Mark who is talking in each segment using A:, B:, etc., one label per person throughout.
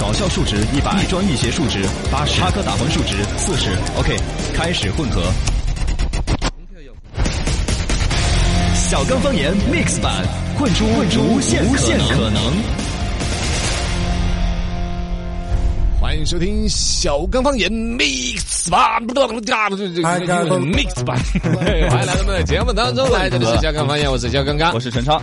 A: 搞笑数值一百，一砖一鞋数值八十，插科打诨数值四十。OK，开始混合。小刚方言 Mix 版，混出混出无限可能。
B: 欢迎收听小刚方言 mix 版，不不不，这这这 mix 版，欢迎来到我们的节目当中来，这里是小刚方言，我是小刚刚
A: 我，是陈超，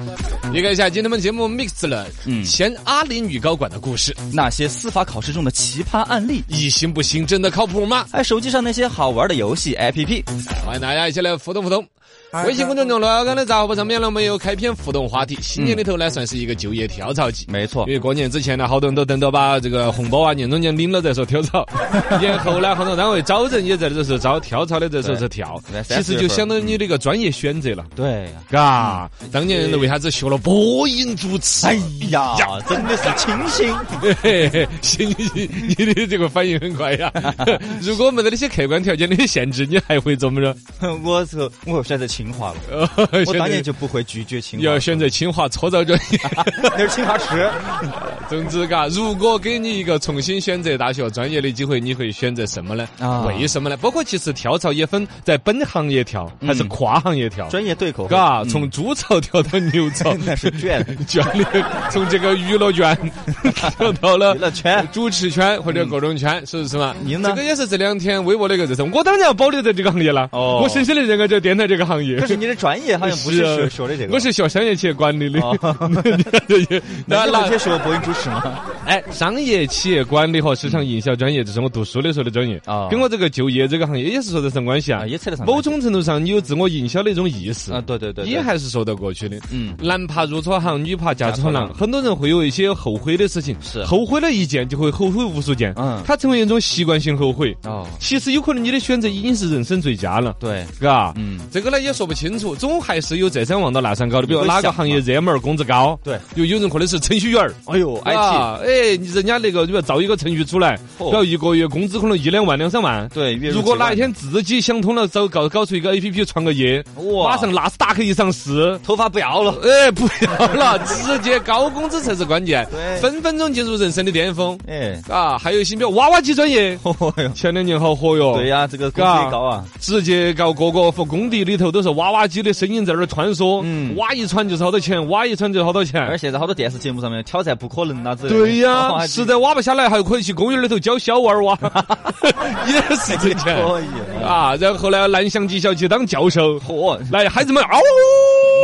B: 一个下今天我们节目 mix 了前阿里女高管的故事，
A: 那些司法考试中的奇葩案例，
B: 一行不行真的靠谱吗？
A: 还有手机上那些好玩的游戏 APP。
B: 欢迎大家一起来互动互动。微信公众号“老刚的杂货铺”上面呢，我们有开篇互动话题。新年里头呢，算是一个就业跳槽季，
A: 没错
B: 因为过年之前呢，好多人都等到把这个红包啊、年终奖领了再说 跳槽，然后呢，很多单位招人也在这时候招，跳槽的这时候 是跳
A: 对，
B: 其实就相当于你这个专业选择了，
A: 对，
B: 嘎。当年人为啥子学了播音主持？
A: 哎呀，真的是清醒。
B: 嘿嘿， 行，你你的这个反应很快 呀。如果没得那些客观条件的限制，你还会怎么着？
A: 我是我选择清华了，我当 年就不会拒绝清华，
B: 要选择清华搓澡专 业。
A: 那是清华池。
B: 总之，嘎，如果给你一个重新选择大学专业的机会，你会选择什么呢？
A: 啊
B: 为什么呢？包括其实跳槽也分在本行业跳，还是跨行业跳。
A: 专业对口，
B: 嘎，从猪槽跳到牛槽，
A: 那是卷。
B: 卷的从这个娱乐圈跳到了
A: 娱乐圈
B: 主持圈或者各种圈，是不是嘛？
A: 您呢
B: 这个也是这两天微博的一个热搜。我当然要保留在这个行业了，
A: 哦
B: 我深深的热爱着电台这个 行业。
A: 可是你的专业好像不是
B: 啊
A: 学学的这个吧，
B: 我是学商业企业管理的
A: 哦。
B: 那
A: 那
B: 那
A: 那些学播音主持 吗？
B: 哎，商业企业管理和市场营销专业，这是我读书的时候的专业
A: 啊
B: 跟我这个就业这个行业也是说得上关系啊
A: 啊，。也扯得上
B: 某种程度上，你有自我营销的一种意识
A: 啊，对对对，对
B: 也还是说得过去的。
A: 嗯
B: 男怕入错行，女怕嫁
A: 嫁
B: 错
A: 错
B: 郎
A: 郎。
B: 很多人会有一些后悔的事情，
A: 是
B: 后悔了一件就会后悔无数件，
A: 嗯
B: 它成为一种习惯性后悔。
A: 哦，
B: 其实有可能你的选择已经是人生最佳了，
A: 对，
B: 嘎。
A: 嗯，
B: 这个呢也说不清楚，总还是有这山望到那山高的，比如
A: 你会
B: 哪个
A: 想
B: 行业热门儿，工资高，
A: 对，
B: 有有人可能是程序员儿。
A: 哎呦，IT，
B: 啊哎，你人家那个，你要造一个程序出来，
A: 嚯
B: 要一个月工资可能一两万、两三万。
A: 对，月入
B: 如果
A: 几万
B: 哪一天自己想通了，搞搞搞出一个 A P P 创个业，
A: 哇
B: 马上纳斯达克一上市。
A: 头发不要了，
B: 哎，不要了， 直接高工资才是关键
A: 对，
B: 分分钟进入人生的巅峰
A: 哎，
B: 啊！还有一些，比如娃娃机专业，
A: 哦哟，
B: 前两年好火哟，
A: 对呀，这个工资也高啊，
B: 直接搞各个工地里头都是娃娃机的身影在那儿穿梭，
A: 嗯
B: 挖一船就是好多钱，挖一船就是好多钱，
A: 而且现在好多电视节目上面挑战不可能啊之类的，
B: 对
A: 哦
B: 呀，
A: 还
B: 实在挖不下来，还可以去公园里头教小娃儿 挖，也
A: 哎
B: 是挣钱
A: 可以啊，
B: 啊。然后呢，蓝翔技校去当教授，
A: 嚯，
B: 来，孩子们，嗷、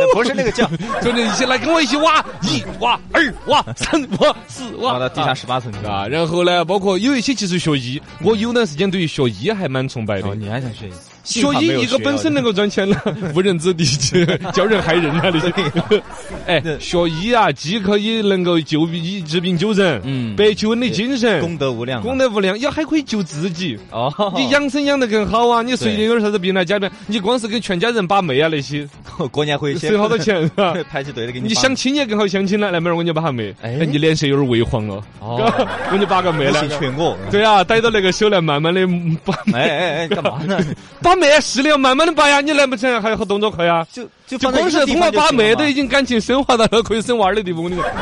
A: 那不是那个叫，
B: 就那一起来跟我一起挖，一挖、二挖、三挖、四
A: 挖
B: 挖，
A: 到地下十八层啊，
B: 啊。然后呢，包括有一些其实学医，我有段时间对于学医还蛮崇拜的
A: 哦，。你还想学一次？
B: 学医一个本身能
A: 个，
B: 够赚钱了， 无人之地去教人害人啊！那些，哎，学医啊，既可以能够救医治病救人，
A: 嗯
B: 白求恩的精神，
A: 功德无量啊，
B: 功德无量，也还可以救自己。
A: 哦，
B: 你养生养得更好啊！你随便有点啥子病来家里，你光是给全家人把妹啊那些，
A: 过年回去
B: 省好多钱是 吧？
A: 排起队的给你
B: 你
A: 发
B: 相亲也更好相亲了，来妹儿我给你把下妹，
A: 哎
B: 哎，你脸色有点微黄哦，
A: 哦
B: 我给你把个妹
A: 微
B: 来
A: 信。劝我，
B: 对啊，逮到那个手来慢慢的嗯 把
A: 哎哎哎，干 嘛呢？
B: 把妹是的，要慢慢的拔呀，你难不成还要动作啊快呀？
A: 就就
B: 就
A: 放在
B: 光
A: 一个
B: 是
A: 地
B: 通过
A: 方
B: 把
A: 就行
B: 妹
A: 了
B: 都
A: 嘛
B: 已经感情升华到 了可以生娃儿的地步，我跟你讲。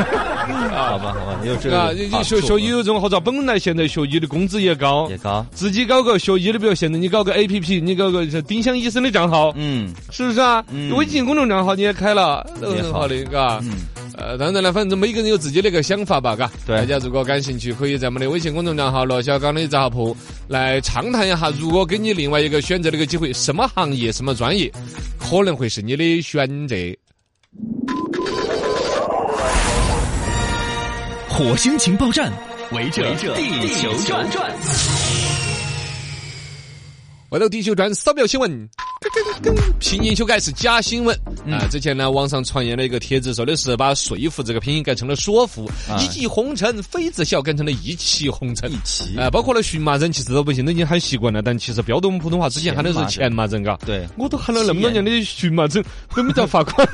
A: 好吧好吧，有这个
B: 啊，你你学学医有种好处，本来现在学医的工资也高
A: 也，高，
B: 自己搞个学医的，比如现在你搞个 A P P，你搞个像丁香医生的账号，
A: 嗯
B: 是不是啊？
A: 嗯
B: 微信公众账号你也开了，都
A: 也
B: 很
A: 好
B: 好的，嘎。
A: 嗯，
B: 呃，当然了，反正每个人有自己的一个想法吧，嘎。呃
A: 对
B: 大家如果感兴趣，可以在我们的微信公众账号“罗小刚的杂货铺”来畅谈一下。如果给你另外一个选择的一个机会，什么行业、什么专业，可能会是你的选择。
C: 火星情报站，围着
A: 围着
C: 地球转。
B: 外头地球转扫描新闻，拼音修改是假新闻啊！之前呢，网上传言了一个帖子，说的是把“说服”这个拼音改成了“说服”，一骑红尘妃子笑改成了啊一骑红尘
A: 一。起
B: 啊，包括了荨麻疹，其实老百姓都已经喊习惯了，但其实标准普通话之前喊的是
A: 前
B: 前麻疹，嘎。
A: 对，
B: 我都喊了那么多年的荨麻疹，都没遭罚 款，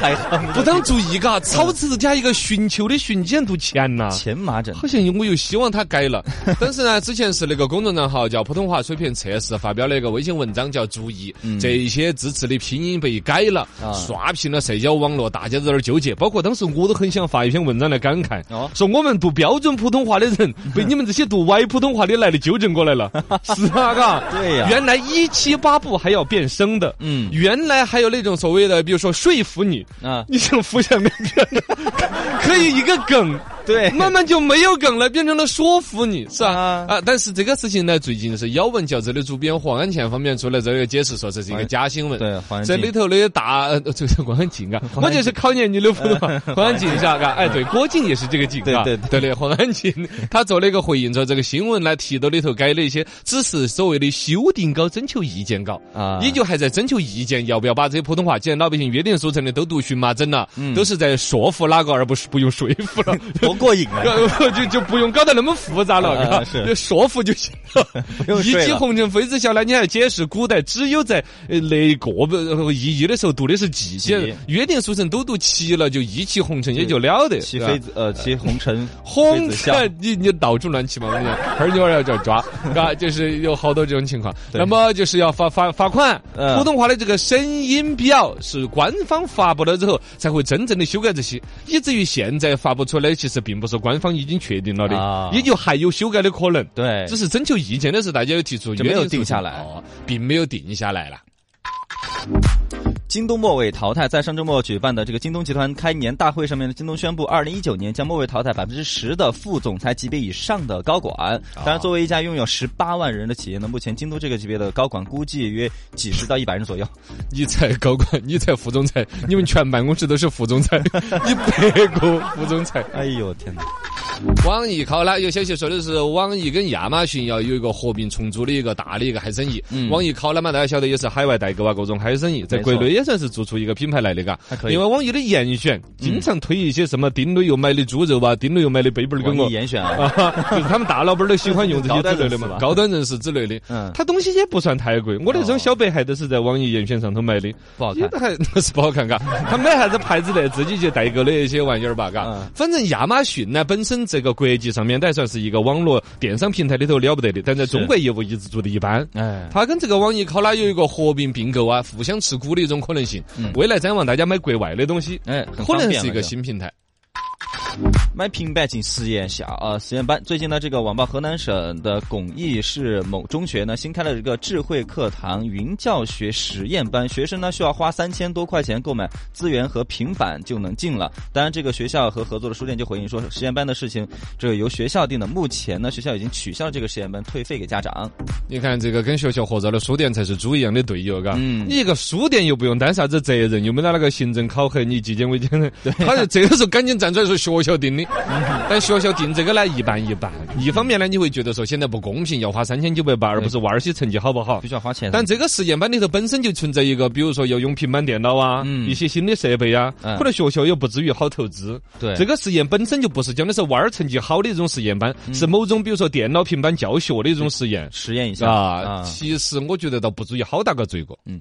A: 还好
B: 不当注意，嘎，草字头加一个寻求的寻，简读钱呐。
A: 前麻 疹
B: 好像我又希望他改 了，但是呢，之前是那个公众账号叫普通话水平测试发表了一个微信文章，叫“注意这些字词的拼音被改了，
A: 嗯啊
B: 刷屏了社交网络，大家都在那儿纠结。包括当时我都很想发一篇文章来感慨，
A: 哦
B: 说我们读标准普通话的 人被你们这些读歪普通话的来的纠正过来了，是啊，嘎，
A: 对呀
B: 原来一七八步还要变声的，
A: 嗯
B: 原来还有那种所谓的，比如说说服你，
A: 啊，
B: 你想浮想联翩， 可以一个梗。
A: 对
B: 慢慢就没有梗了，变成了说服你，是吧？
A: 啊
B: 啊但是这个事情呢，最近是咬文嚼字的主编黄安倩方面出来这个解释，说这是一个假新闻。
A: 对黄安
B: 这
A: 庆
B: 里头的大呃就是黄安静啊，我就是考验你的普通话。黄安静是吧？嘎哎，对，郭靖也是这个靖，
A: 对
B: 嘎
A: 对
B: 对的，黄安静他做了一个回应，说这个新闻呢提到里头改了一些，只是所谓的修订稿、征求意见稿
A: 啊
B: 啊，你就还在征求意见，要不要把这些普通话，既然老百姓约定俗成的都读荨麻疹了，都是在说服哪个，而不是不用说服了。
A: 多过瘾 啊！
B: 要就就不用搞得那么复杂了，
A: 啊啊
B: 嘎
A: 是
B: 就 说服就行
A: 用
B: 了。一
A: 睡
B: 骑
A: 了
B: 红尘妃子笑呢，你还要解释古代只有在呃那个呃意义的时候读的是
A: 季
B: 季节，约定俗成都读齐了，就一骑红尘也就了得。
A: 骑
B: 对吧
A: 妃子呃，骑 红尘，妃
B: 红
A: 子笑，
B: 尘，你你到处乱骑嘛，我跟你讲，儿女儿要叫抓，啊，就是有好多这种情况。
A: 对
B: 那么就是要罚罚罚款。
A: 嗯
B: 普通话的这个声音表是官方发布了之后才会真正的修改这些，以至于现在发布出来其实并不是官方已经确定了
A: 啊
B: 的，也就还有修改的可能。
A: 对
B: 只是征求意见的时候大家有提出，
A: 就没有
B: 约定
A: 定
B: 俗
A: 下
B: 成
A: 来
B: 哦并没有定下来了。
A: 京东末位淘汰，在上周末举办的这个京东集团开年大会上面，京东宣布，二零一九年将末位淘汰百分之十的副总裁级别以上的高管。当然，作为一家拥有十八万人的企业呢，目前京东这个级别的高管估计约几十到一百人左右。
B: 你才高管，你才副总裁，你们全办公室都是副 总裁，你别个副总裁。
A: 哎呦天哪！
B: 网易考拉有消息说的是，网易跟亚马逊要有一个合并重组的一个大的一个海参崴。网易考拉嘛，大家晓得也是海外代购啊，各种海参崴，
A: 嗯
B: 在
A: 没
B: 国
A: 错
B: 内也算是做出一个品牌来的，嘎
A: 还。可以
B: 另外，网易的严选经常推一些什么丁磊又买的猪肉啊，丁磊又买的贝贝儿给
A: 网
B: 我
A: 易。严选啊，
B: 啊， 就是他们大老板儿都喜欢用这些之类的嘛，
A: 高
B: 高端人士之类的。
A: 嗯
B: 它东西也不算太贵，我那
A: 哦
B: 种小白还都是在网易严选上头买的。
A: 不好
B: 也
A: 看。
B: 还那是不 好看，嘎。他买啥子牌子的，自己去代购的一些玩意儿吧，嘎
A: 嗯。
B: 反正亚马逊呢，本身这个国际上面，它还算是一个网络电商平台里头了不得的，但在中国业务一直做的一般。
A: 哎，
B: 它跟这个网易考拉有一个合并并购啊，互相持股的一种可能性。未来展望大家买国外的东西，
A: 哎嗯很
B: 可
A: 方
B: 能
A: 便
B: 是一
A: 了
B: 个
A: 就
B: 新平台。
A: 买平板进实验下啊，实验班。最近呢，这个网曝河南省的巩义市某中学呢，新开了一个智慧课堂云教学实验班，学生呢需要花三千多块钱购买资源和平板就能进了。当然，这个学校和合作的书店就回应说，实验班的事情这个由学校定的。目前呢，学校已经取消了这个实验班，退费给家长。
B: 你看这个跟学校合作的书店才是猪一样的队友，嘎。
A: 嗯
B: 你一个书店又不用担啥子责任，又没得那个行政考核，你纪检委监 的，他就这个时候赶紧站出来说学校定
A: 嗯
B: 的。但学校定这个呢，一半一半。一方面呢，你会觉得说现在不公平，要花三千九百八，而不是娃儿些成绩好不好
A: 必？须要花钱的。
B: 但这个实验班里头本身就存在一个，比如说要用平板电脑啊，
A: 嗯
B: 一些新的设备啊，
A: 嗯
B: 可能学校又不至于好投资。
A: 对
B: 这个实验本身就不是讲的是娃儿成绩好的一种实验班，
A: 嗯
B: 是某种比如说电脑平板教学的一种实验。
A: 实验一下
B: 啊，其实我觉得倒不至于好大个罪过。
A: 嗯
B: 嗯。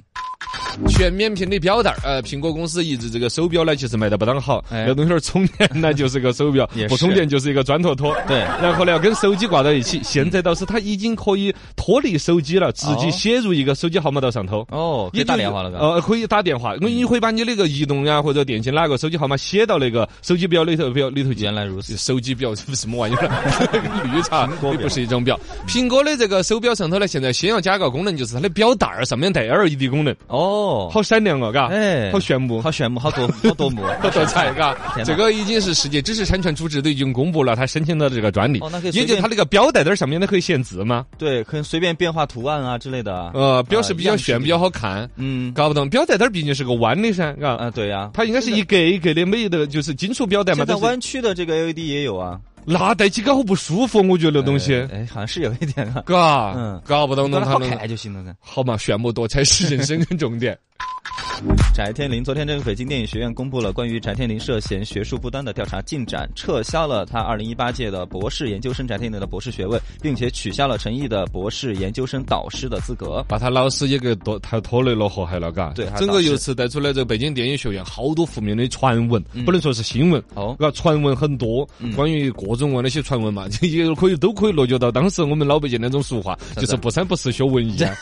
B: 全面屏的表带儿，呃，苹果公司一直这个手表呢，其实卖得不当好。
A: 哎
B: 那东西儿充电呢，就是个手表
A: 也，是
B: 不充电就是一个砖头 托。
A: 对
B: 然后呢，要跟手机挂到一起。现在倒是它已经可以脱离手机了，直接
A: 哦
B: 写入一个手机号码到上头。
A: 哦，给
B: 也
A: 打
B: 就是
A: 电话了，哥。
B: 呃，可以打电话。你会把你那个移动呀或者电信哪个手机号码写到那个手机表里头表里头去
A: 原。来如此。
B: 手机表这是什么玩意 儿？绿茶
A: 果
B: 也
A: 表
B: 不是一种表。苹果的这个手表上头呢，现在先要加个功能，就是它的表带儿上面带 LED 功能，
A: 哦，
B: 好闪亮哦，嘎，
A: 哎
B: 好炫目。
A: 好炫目，好夺，好夺目。啊
B: 好多彩，嘎
A: 天哪，
B: 这个已经是世界知识产权处置都已经公布了，它申请到这个专利
A: 哦那可以。随
B: 也
A: 便
B: 就它那个表带带儿上面它可以限字嘛，
A: 对，可以随便变化图案啊之类的啊。
B: 呃，表示比较
A: 样式
B: 炫，
A: 比
B: 比较好看。
A: 嗯，
B: 搞不懂，表带带儿毕竟是个弯的噻，嘎，
A: 啊，对呀、
B: 它应该是一格一格的，每一个就是金属表带嘛，
A: 现在
B: 都是
A: 湾区的这个 LED 也有啊，
B: 那戴起搞好不舒服，我觉得那东西
A: 哎，，哎好像是有一点啊，
B: 嘎
A: 嗯，
B: 搞不懂
A: 弄
B: 懂
A: 得
B: 它
A: 好哎
B: 弄。
A: 看就行了噻。
B: 好嘛，炫目多才是人生的重点。
A: 翟天临，昨天这个北京电影学院公布了关于翟天临涉嫌学术不端的调查进展，撤销了他二零一八届的博士研究生翟天临的博士学位，并且取消了陈毅的博士研究生导师的资格。
B: 把他老师也给拖，他拖累了祸害了，嘎。
A: 对他
B: 整
A: 导
B: 个
A: 师
B: 由此带出来，这个北京电影学院好多负面的传闻，不能说是新闻，
A: 哦
B: 嘎，传闻很多，关于各种各样的一些传闻嘛， 这也可以都可以落脚到当时我们老百姓那种俗话，
A: 的
B: 就是不三不四学文艺 啊，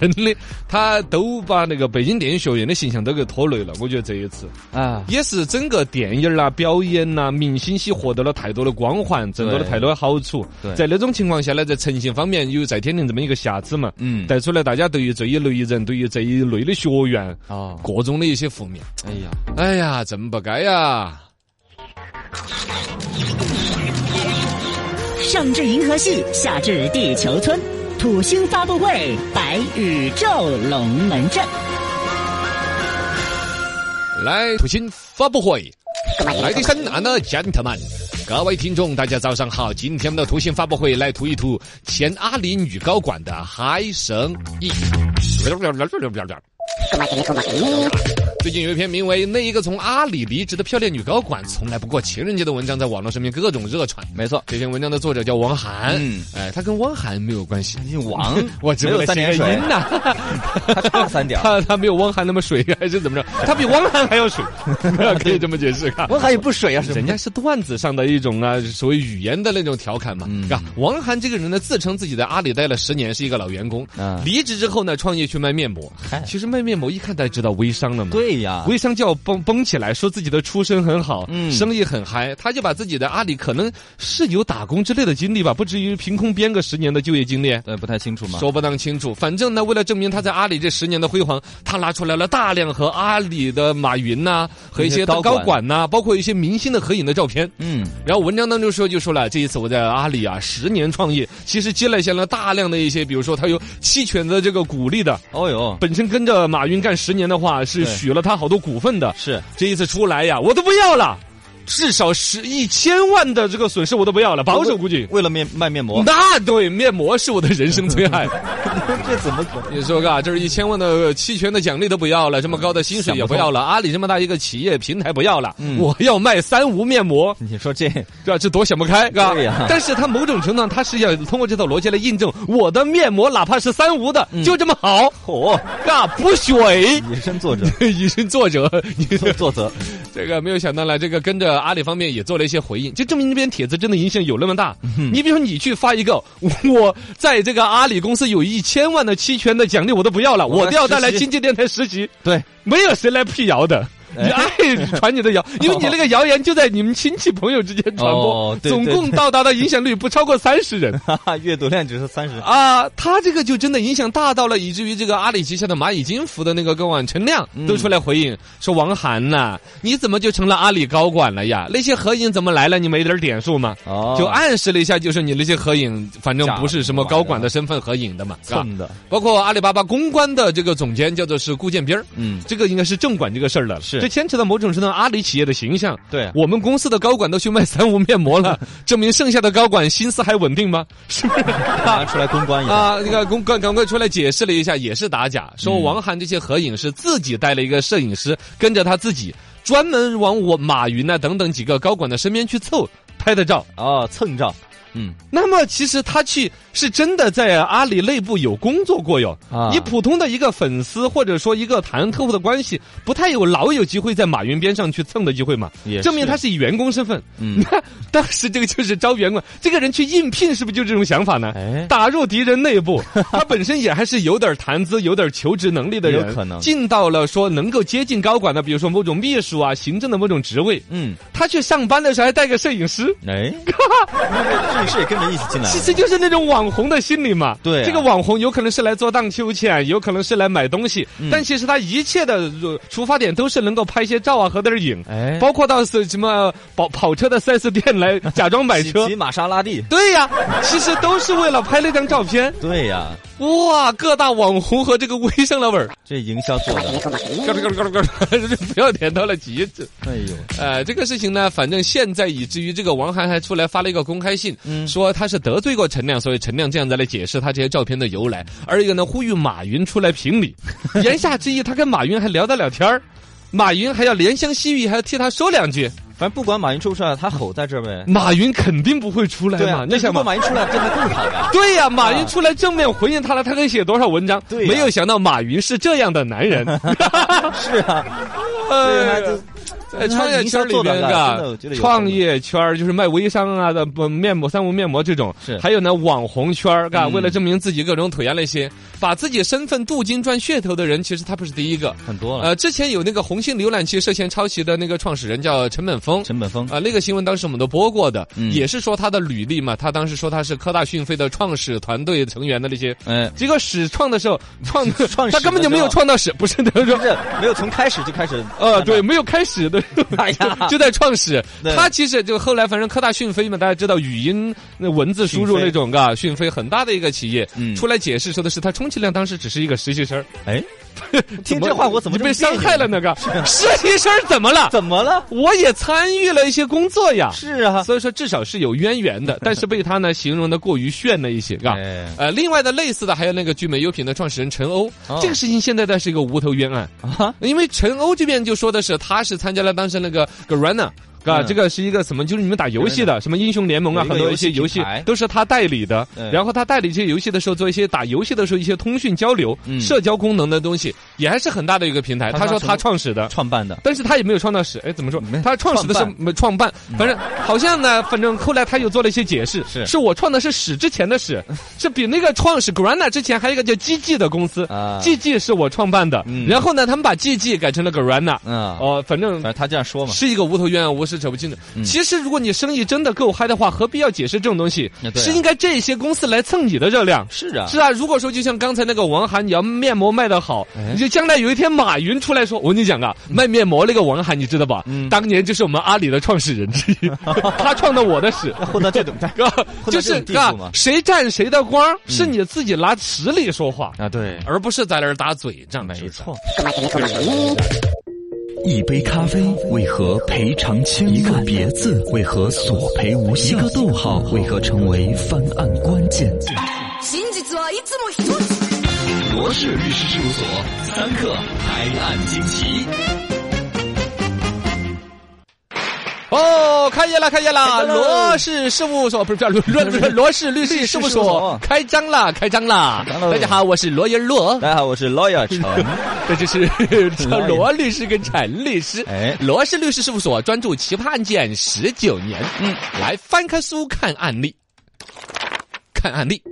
B: 真的，他都把那个北京电影学院的形象都给拖累了。我觉得这一次
A: 啊，
B: 也是整个电影啊、表演呐、明星些获得了太多的光环，挣到了
A: 对
B: 太多的好处
A: 对。
B: 在那种情况下呢，在诚信方面有在天庭这么一个瑕疵嘛，
A: 嗯，
B: 带出来大家对于这一类人，对于这一类的学员，
A: 哦，
B: 各种的一些负面。
A: 哎呀，
B: 哎呀，真不该呀！
D: 上至银河系，下至地球村，土星发布会，白宇宙龙门阵。
B: 来，土星发布会。来的深啊呢，gentlemen，各位听众，大家早上好。今天我们的图形发布会来吐一吐前阿里女高管的 E 嗨生意。最近有一篇名为《那一个从阿里离职的漂亮女高管从来不过情人节》的文章，在网络上面各种热传。
A: 没错，
B: 这篇文章的作者叫王涵，
A: 嗯
B: 哎，他跟汪涵没有关系，，
A: 你王
B: 我只
A: 没
B: 不
A: 有
B: 过
A: 三
B: 谐个
A: 点
B: 音
A: 水，啊
B: 呐、
A: 他差三点儿。
B: 他他没有汪涵那么水，还是怎么着？他比汪涵还要水， 可以这么解释 看。
A: 我还有不水啊，
B: 人家是段子上的一种啊，所谓语言的那种调侃嘛。
A: 嗯
B: 啊，王涵这个人呢，自称自己在阿里待了十年，是一个老员工。
A: 嗯
B: 离职之后呢，创业去卖面膜。其实卖面膜一看大家知道微商了嘛。。
A: 对呀，
B: 微商就要绷绷起来，说自己的出身很好，
A: 嗯
B: 生意很嗨，他就把自己的阿里可能是有打工之类的经历吧，不至于凭空编个十年的就业经历。
A: 对，呃不太清楚嘛。
B: 说不当清楚，反正呢，为了证明他在阿里这十年的辉煌，他拿出来了大量和阿里的马云呐、和一
A: 一些
B: 些
A: 高
B: 高
A: 管
B: 管呐、包括一些明星的合影的照片。
A: 嗯，
B: 然后文章当中说就说了，这一次我在阿里啊十年创业，其实积累下了大量的一些，比如说他有期权的这个鼓励的，
A: 哦哟，
B: 本身跟着马云干十年的话是
A: 对
B: 许了他好多股份的，
A: 是
B: 这一次出来呀，我都不要了，至少十一千万的这个损失我都不要了，保守估计。
A: 为了面卖面 膜，
B: 那对面膜是我的人生最爱。
A: 这怎么可
B: 你说嘎，这是一千万的期权的奖励都不要了，这么高的薪水也不要了，阿里这么大一个企业平台不要了，
A: 嗯
B: 我要卖三无面膜，
A: 你说这
B: 对吧？这多想不开，嘎。
A: 对呀
B: 但是他某种程度上，他是要通过这套逻辑来印证我的面膜，哪怕是三无的，
A: 嗯
B: 就这么好，
A: 哦，
B: 嘎补水。
A: 以身作则，
B: 以身作则，你
A: 以身作则，
B: 这个没有想到了，这个跟着阿里方面也做了一些回应，就证明那篇帖子真的影响有那么大。
A: 嗯
B: 你比如说，你去发一个， 我在这个阿里公司有一千万的期权的奖励，我都不要了，
A: 我来
B: 我调带来
A: 实习
B: 经济电台实习，
A: 对，
B: 没有谁来辟 谣的。你爱传你的谣，因为你那个谣言就在你们亲戚朋友之间传播，
A: 哦对
B: 总
A: 对
B: 共
A: 对
B: 到达的影响率不超过三十人。
A: 哈哈，阅读量只是三十。
B: 啊，他这个就真的影响大到了，以至于这个阿里旗下的蚂蚁金服的那个高管陈亮
A: 嗯
B: 都出来回应、说：“王涵呐、你怎么就成了阿里高管了呀？那些合影怎么来了？你没点点数吗？”
A: 哦
B: 就啊暗示了一下，就是你那些合影，反正
A: 假
B: 不是什么
A: 的
B: 高管的身份合影的嘛，是吧？
A: 蹭的，
B: 包括阿里巴巴公关的这个总监叫做是顾建斌儿，
A: 嗯，
B: 这个应该是正管这个事儿了，
A: 是
B: 这牵扯到某种程度上阿里企业的形象。
A: 对
B: 我们公司的高管都去卖三无面 膜了，证明剩下的高管心思还稳定吗？是不是？
A: 拿出来公关一下，
B: 啊，那个公关赶快出来解释了一下，也是打假，说王涵这些合影是自己带了一个摄影师跟着他自己，专门往我马云啊等等几个高管的身边去凑拍的照。
A: 哦，蹭照，嗯，
B: 那么其实他去是真的在阿里内部有工作过哟。
A: 啊
B: 你普通的一个粉丝或者说一个谈客户的关系，不太有老有机会在马云边上去蹭的机会嘛
A: 也，
B: 证明
A: 是
B: 他是以员工身份。
A: 嗯
B: 你看当时这个就是招员工，这个人去应聘是不是就这种想法呢？
A: 哎
B: 打入敌人内 部，他本身也还是有点谈资、有点求职能力的人，
A: 有可能
B: 进到了说能够接近高管的，比如说某种秘书啊、行政的某种职位。
A: 嗯，
B: 他去上班的时候还带个摄影师，
A: 哎，摄影师也跟着一起进来
B: 其，实就是那种网红的心理嘛。
A: 对啊
B: 这个网红有可能是来做荡秋千，有可能是来买东西，
A: 嗯
B: 但其实他一切的呃出发点都是能够拍些照啊、合点影，
A: 哎
B: 包括到是什么跑跑车的 4S 店来假装买
A: 骑
B: 车
A: 骑。玛莎拉蒂，
B: 对呀、其实都是为了拍那张照片。
A: 对呀，
B: 哇，各大网红和这个微商老板儿，
A: 这营销做的，
B: 咯咯咯咯咯咯，不要点到了极致。
A: 哎呦，
B: 呃，这个事情呢，反正现在以至于这个王。王涵还出来发了一个公开信，
A: 嗯
B: 说他是得罪过陈亮，所以陈亮这样子来解释他这些照片的由来。而一个呢，呼吁马云出来 评理，言下之意，他跟马云还聊得了天儿。马云还要怜香惜玉，还要替他说两句。
A: 反正不管马云出不出来，他吼在这儿呗。
B: 马云肯定不会出来
A: 对
B: 嘛？
A: 啊，
B: 你
A: 如
B: 想
A: 果
B: 嘛？
A: 马云出来，真的更好呀。
B: 对呀、马云出来正面回应他了，他可以写多少文章？
A: 对呀
B: 没有想到马云是这样的男人。
A: 是啊，
B: 哎呀
A: 对啊
B: 在创业圈里边啊
A: 真的我觉得有
B: 创业圈儿就是卖微商啊的不面膜、三无面膜这种
A: 是，嗯
B: 还有呢网红圈儿，嘎，为了证明自己各种腿啊那些，把自己身份镀金赚噱头的人，其实他不是第一个。
A: 很多了。
B: 呃，之前有那个红星浏览器涉嫌抄袭的那个创始人叫陈本峰，
A: 陈本峰
B: 啊、，那个新闻当时我们都播过的，
A: 嗯
B: 也是说他的履历嘛，他当时说他是科大讯飞的创始团队成员的那些。
A: 嗯，
B: 结果始创的时候，创
A: 创始
B: 他根本就没有
A: 的时候
B: 创到始，不是他说
A: 不，是没有从开始就开始。
B: 呃，对，，没有开始的，
A: 哎呀
B: 就在创始
A: 对。
B: 他其实就后来，反正科大讯飞嘛，大家知道语音、那文字输入
A: 讯飞
B: 那种，嘎，讯飞很大的一个企业
A: 嗯，
B: 出来解释说的是他充其量当时只是一个实习生儿。
A: 哎，听
B: 怎么
A: 这话我怎么
B: 你
A: 这
B: 被
A: 么别
B: 伤
A: 扭
B: 害了？呢？嘎，实习生儿怎么了？
A: 怎么了？
B: 我也参与了一些工作呀。
A: 是啊，
B: 所以说至少是有渊源的，但是被他呢形容的过于炫了一些，嘎
A: 哎。
B: 呃，另外的类似的还有那个聚美优品的创始人陈欧
A: 哦，
B: 这个事情现在倒是一个无头冤案
A: 啊
B: 因为陈欧这边就说的是他是参加了当时那个 Garena。啊，
A: 嗯
B: 这个是一个什么？就是你们打游戏的，什么英雄联盟
A: 有
B: 啊，
A: 一个
B: 很多一些
A: 游
B: 游
A: 戏
B: 戏
A: 品牌
B: 都是他代理的
A: 嗯。
B: 然后他代理这些游戏的时候，做一些打游戏的时候一些通讯交流
A: 嗯、
B: 社交功能的东西，也还是很大的一个平台。
A: 他
B: 他说
A: 什
B: 他
A: 么
B: 创始的，
A: 创办的
B: 但是他也没有创造史，哎，怎么说
A: 没？
B: 他创始的是
A: 创嗯
B: 没创办，反正好像呢，反正后来他又做了一些解释，
A: 是
B: 我创的是史之前 的史，是比那个创始 Grana 之前还有一个叫 GG 的公司
A: 啊
B: ，GG 是我创办的
A: 嗯，
B: 然后呢，他们把 GG 改成了 Grana，
A: 嗯
B: 哦，反正
A: 反正他这样说嘛。嗯
B: 是一个无头冤案，我是扯不清的。其实如果你生意真的够嗨的话，何必要解释这种东西
A: 那？对啊
B: 是应该这些公司来蹭你的热量。
A: 是啊，
B: 是啊，如果说就像刚才那个王涵，你要面膜卖得好，
A: 哎
B: 你就将来有一天马云出来说，我跟你讲啊，
A: 嗯
B: 卖面膜那个王涵，你知道吧？当年就是我们阿里的创始人之 一，他创的我的史。
A: 混到这种地到
B: 就
A: 这
B: 是
A: 种地步吗嗯
B: 谁占谁的光儿，是你自己拿实力说话，
A: 啊，对，
B: 而不是在那儿打嘴仗。
A: 没错。
C: 一杯咖啡为何赔偿千万？一个别字为何索赔无限？一个逗号为何成为翻案关键？
E: 真実はいつも一つ
C: 罗氏律师事务所，三克拍案惊奇。
B: 哦，开业了，开业了！
A: 开张了
B: 罗氏事务所不是不是罗罗罗氏律师事务
A: 事务所
B: 所开张了，开张了！
A: 张了
B: 大家好，我是罗云罗。
A: 大家好，我是 lawyer 陈，
B: 这就是叫罗律师跟陈律师。
A: 哎
B: 罗氏律师事务所专注奇葩案件十九年。嗯，来翻开书看案例，看案例。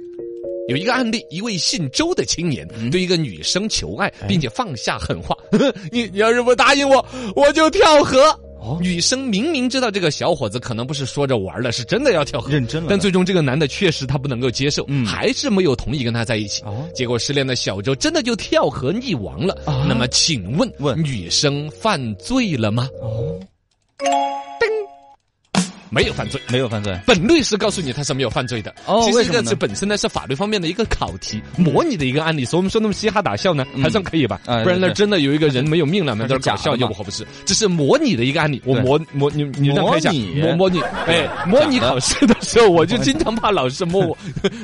B: 有一个案例，一位姓周的青年
A: 嗯
B: 对一个女生求爱，
A: 哎
B: 并且放下狠话：“ 你你要是不答应我，我就跳河。”
A: 哦
B: 女生明明知道这个小伙子可能不是说着玩儿的，是真的要跳河，
A: 认真了
B: 但最终这个男的确实他不能够接受，还是没有同意跟他在一起。
A: 嗯哦啊
B: 结果失恋的小周真的就跳河溺亡了。那么，请问，
A: 问
B: 女生犯罪了吗？哦，叮，没有犯罪。
A: 没有犯罪。
B: 本律师告诉你他是没有犯罪的。
A: 哦
B: 其
A: 为
B: 实
A: 什
B: 这
A: 么
B: 个
A: 呢
B: 是本身呢是法律方面的一个考题，模拟的一个案例，所以我们说那么嘻哈打笑呢，还算可以吧？
A: 哎
B: 不然呢，
A: 对
B: 真的有一个人没有命了，那
A: 那
B: 就是
A: 假
B: 搞
A: 的
B: 笑又
A: 嘛
B: 不合不是。这是模拟的一个案例，我
A: 对
B: 模模你你让看一下，
A: 模拟
B: 模模拟，哎，模拟
A: 假的
B: 考试的时候，我就经常怕老师 摸我，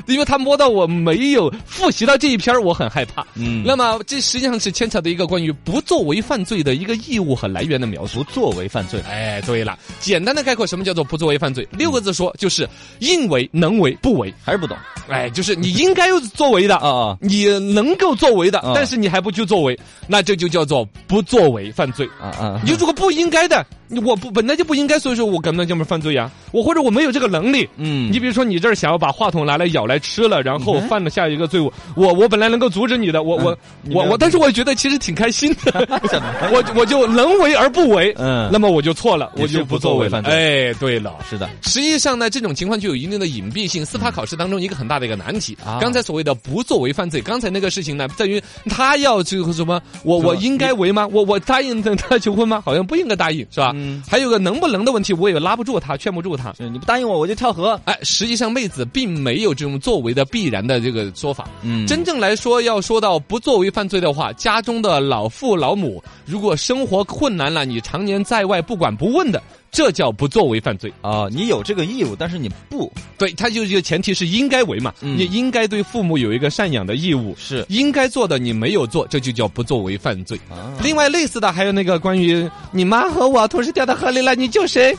B: 因为他摸到我没有复习到这一篇儿，我很害怕。
A: 嗯
B: 那么这实际上是牵扯的一个关于不作为犯罪的一个义务和来源的描述。
A: 不作为犯罪，
B: 哎，对了，简单的概括什么叫做不作为犯罪？六个字说就是应为、能为、不为。
A: 还是不懂
B: 哎，就是你应该作为的
A: 啊啊
B: 你能够作为的，
A: 啊
B: 但是你还不去作为，那这就叫做不作为犯罪。
A: 啊啊！
B: 你如果不应该的，你我不本来就不应该，所以说我根本就没犯罪呀、我或者我没有这个能力。
A: 嗯
B: 你比如说，你这儿想要把话筒拿来咬来吃了，然后犯了下一个罪恶，我我本来能够阻止你的，我我
A: 嗯你
B: 我
A: 没有
B: 我，但是我觉得其实挺开心 的，
A: 怎么哎
B: 我我就能为而不为，
A: 嗯
B: 那么我就错了，
A: 也
B: 我
A: 是
B: 就
A: 不
B: 不
A: 作
B: 作
A: 为
B: 为了
A: 犯。
B: 哎，对了。
A: 是的，
B: 实际上呢，这种情况就有一定的隐蔽性，司法考试当中一个很大的一个难题。
A: 啊
B: 刚才所谓的不作为犯罪，刚才那个事情呢，在于他要这个什么，我我应该为吗？我我答应他求婚吗？好像不应该答应，是吧？
A: 嗯
B: 还有个能不能的问题，我也拉不住他，劝不住他。
A: 是你不答应我，我就跳河。
B: 哎，实际上妹子并没有这种作为的必然的这个说法。
A: 嗯
B: 真正来说，要说到不作为犯罪的话，家中的老父老母如果生活困难了，你常年在外不管不问的，这叫不作为犯罪。
A: 啊、你有这个义务，但是你不
B: 对，它就是一个前提是应该为嘛，
A: 嗯
B: 你应该对父母有一个赡养的义务，
A: 是
B: 应该做的你没有做，这就叫不作为犯罪。
A: 啊
B: 另外类似的还有那个关于你妈和我同时掉到河里了，你救谁，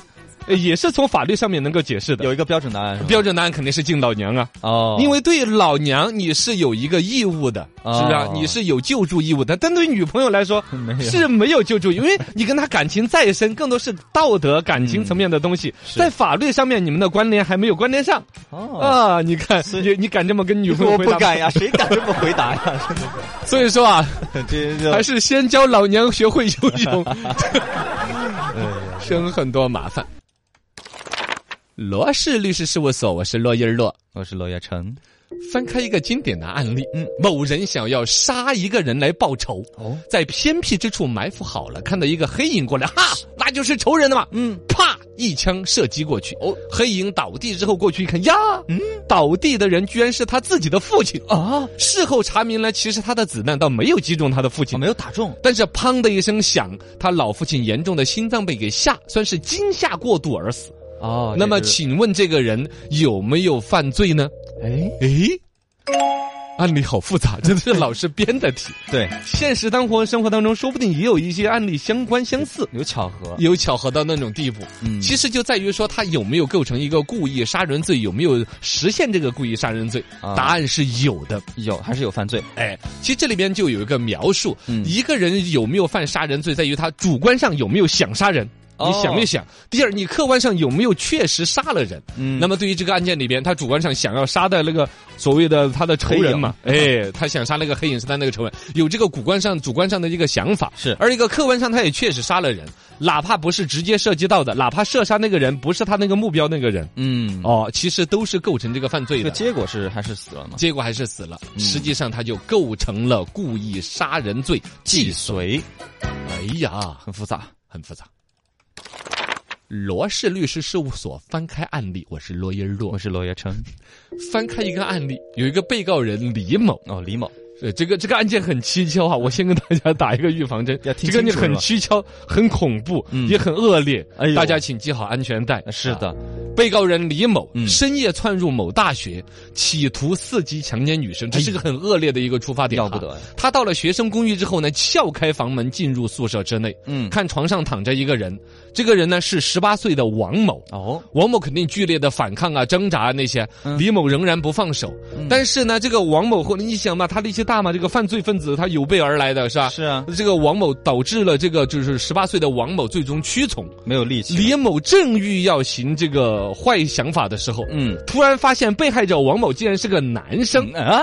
B: 呃也是从法律上面能够解释的。
A: 有一个标准答案是吧？
B: 标准答案肯定是敬老娘啊，
A: 哦，
B: 因为对老娘你是有一个义务的，
A: 哦
B: 是不是啊？你是有救助义务的，但对女朋友来说
A: 没有
B: 是没有救助，因为你跟她感情再深，更多是道德感
A: 嗯
B: 情层面的东西，在法律上面你们的关联还没有关联上
A: 哦，
B: 啊！你看，
A: 所以
B: 你你敢这么跟女朋友
A: 我
B: 回
A: 不
B: 答吗？
A: 敢呀，谁敢这么回答呀？
B: 所以说啊，
A: 这这
B: 还是先教老娘学会游 泳，省很多麻烦。罗氏律师事务所，我是洛伊儿洛。
A: 我是娄烨成
B: 翻开一个经典的案例，
A: 嗯
B: 嗯，某人想要杀一个人来报仇，
A: 哦
B: 在偏僻之处埋伏好了，看到一个黑影过来，哈，那就是仇人了嘛，嗯，啪一枪射击过去，哦，黑影倒地之后过去一看，呀，嗯，倒地的人居然是他自己的父亲啊！
A: 啊，
B: 事后查明呢，其实他的子弹倒没有击中他的父
A: 我
B: 亲。
A: 没有打中，
B: 但是砰的一声响，他老父亲严重的心脏被给吓，算是惊吓过度而死。
A: 哦
B: 那么，
A: 这就是
B: 请问这个人有没有犯罪呢？
A: 哎，
B: 诶，案例好复杂，真的是老师编的题。
A: 对，
B: 现实当活生活当中，说不定也有一些案例相关相似，
A: 有巧合，
B: 有巧合到那种地步。
A: 嗯
B: 其实就在于说他有没有构成一个故意杀人罪，有没有实现这个故意杀人罪。
A: 啊
B: 答案是有的。
A: 有还是有犯罪，
B: 哎，其实这里边就有一个描述，
A: 嗯
B: 一个人有没有犯杀人罪，在于他主观上有没有想杀人。
A: 哦
B: 你想没想？第二，你客观上有没有确实杀了人？
A: 嗯
B: 那么对于这个案件里边，他主观上想要杀的那个所谓的他的仇人嘛，哎，他想杀那个黑影是他那个仇人，有这个主观上主观上的一个想法，
A: 是
B: 而一个客观上他也确实杀了人，哪怕不是直接涉及到的，哪怕射杀那个人不是他那个目标那个人，
A: 嗯，
B: 哦，其实都是构成这个犯罪
A: 这
B: 的
A: 个。结果是还是死了嘛？
B: 结果还是死了，实际上他就构成了故意杀人罪，既
A: 髓
B: 哎呀，
A: 很复杂，
B: 很复杂。罗氏律师事务所翻开案例，我是罗伊若
A: 我。是娄烨成，
B: 翻开一个案例，有一个被告人李某，
A: 哦，李某，
B: 呃，这个这个案件很蹊跷啊！我先跟大家打一个预防针，
A: 嗯要听
B: 这个案
A: 清
B: 件
A: 楚
B: 很
A: 了
B: 蹊跷，很恐怖，
A: 嗯
B: 也很恶劣。
A: 哎呦
B: 大家请系好安全带。
A: 呃是的
B: 啊，被告人李某
A: 嗯
B: 深夜窜入某大学，企图伺机强奸女生，这是个很恶劣的一个出发点
A: 哎
B: 啊。
A: 要不得
B: 他到了学生公寓之后呢，撬开房门进入宿舍之内，
A: 嗯，
B: 看床上躺着一个人，这个人呢是十八岁的王某。
A: 哦，
B: 王某肯定剧烈的反抗啊、挣扎啊那些，
A: 嗯
B: 李某仍然不放手。但是呢，这个王某后，你想嘛，他力气大嘛，这个犯罪分子他有备而来的是吧？
A: 是啊，
B: 这个王某导致了这个就是十八岁的王某最终屈从。
A: 没有力气，
B: 李某正欲要行这个坏想法的时候，
A: 嗯
B: 突然发现被害者王某竟然是个男生，
A: 啊，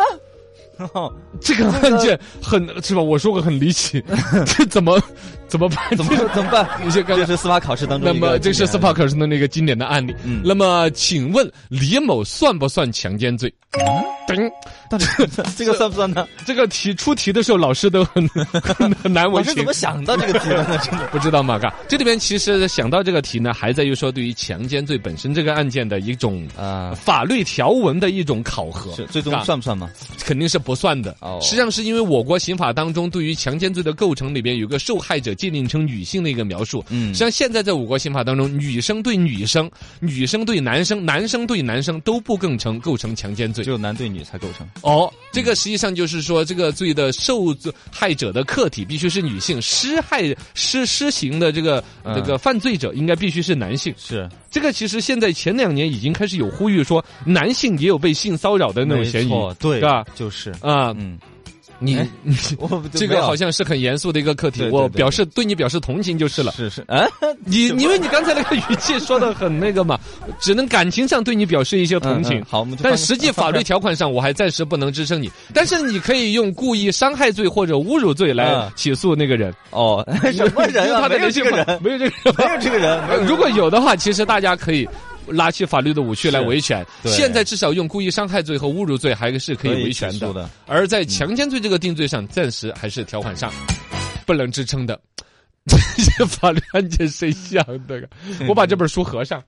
A: 哦
B: 这个案件很是吧？我说过很 离奇，这怎么怎么办？
A: 怎么怎么办？
B: 你先看看
A: 这是司法考试当中
B: 那
A: 一个经典
B: 么
A: 案例，
B: 这是斯帕克斯的那个经典的案例。
A: 嗯
B: 那么请问李某算不算强奸罪？
A: 嗯
B: 噔，
A: 到底 这个算不算呢？
B: 这个题出题的时候，老师都很 很很难
A: 我
B: 为
A: 是
B: 情
A: 怎么。想到这个题的 呢？真的，
B: 不知道嘛？嘎，这里边其实想到这个题呢，还在于说对于强奸罪本身这个案件的一种
A: 啊
B: 法律条文的一种考核，啊
A: 是最终
B: 嘎
A: 算不算嘛？
B: 肯定是不算的。
A: 哦
B: 实际上是因为我国刑法当中对于强奸罪的构成里边有个受害者界定成女性的一个描述。
A: 嗯
B: 实际上现在在我国刑法当中，女生对女生、女生对男生、男生对男生都不构成构成强奸罪
A: 只。有男对女才构成。
B: 哦，这个实际上就是说，这个罪的受害者的客体必须是女性，施害施施行的这个、
A: 嗯
B: 这个犯罪者应该必须是男性。
A: 是
B: 这个其实现在前两年已经开始有呼吁说，男性也有被性骚扰的那种嫌疑。
A: 对
B: 是吧？
A: 就是，
B: 啊、
A: 嗯，
B: 你
A: 哎
B: 你
A: 我
B: 这个好像是很严肃的一个课题，
A: 对对
B: 我
A: 对
B: 表示对你表示同情就是了。
A: 是是，哎，
B: 你
A: 是吧
B: 因为你刚才那个语气说的很那个嘛，只能感情上对你表示一些同情。
A: 嗯嗯好我们就
B: 但
A: 放
B: 实际法律条款上我还暂时不能支撑 你，但是你可以用故意伤害罪或者侮辱罪来
A: 嗯
B: 起诉那个人。
A: 哦， 什么
B: 因
A: 人
B: 为
A: 啊？
B: 他
A: 没
B: 的
A: 有
B: 人
A: 这
B: 性
A: 个
B: 化
A: 人，
B: 没有这 个
A: 没有这个人，没有
B: 人。如果有的话，其实大家可以。拉起法律的武器来
A: 是
B: 维权，
A: 对
B: 现在至少用故意伤害罪和侮辱罪还是可以维权
A: 起
B: 的
A: 诉。的。
B: 而在强奸罪这个定罪上，暂时还是条款上不能 支撑的。这些法律案件谁想的？我把这本书合上，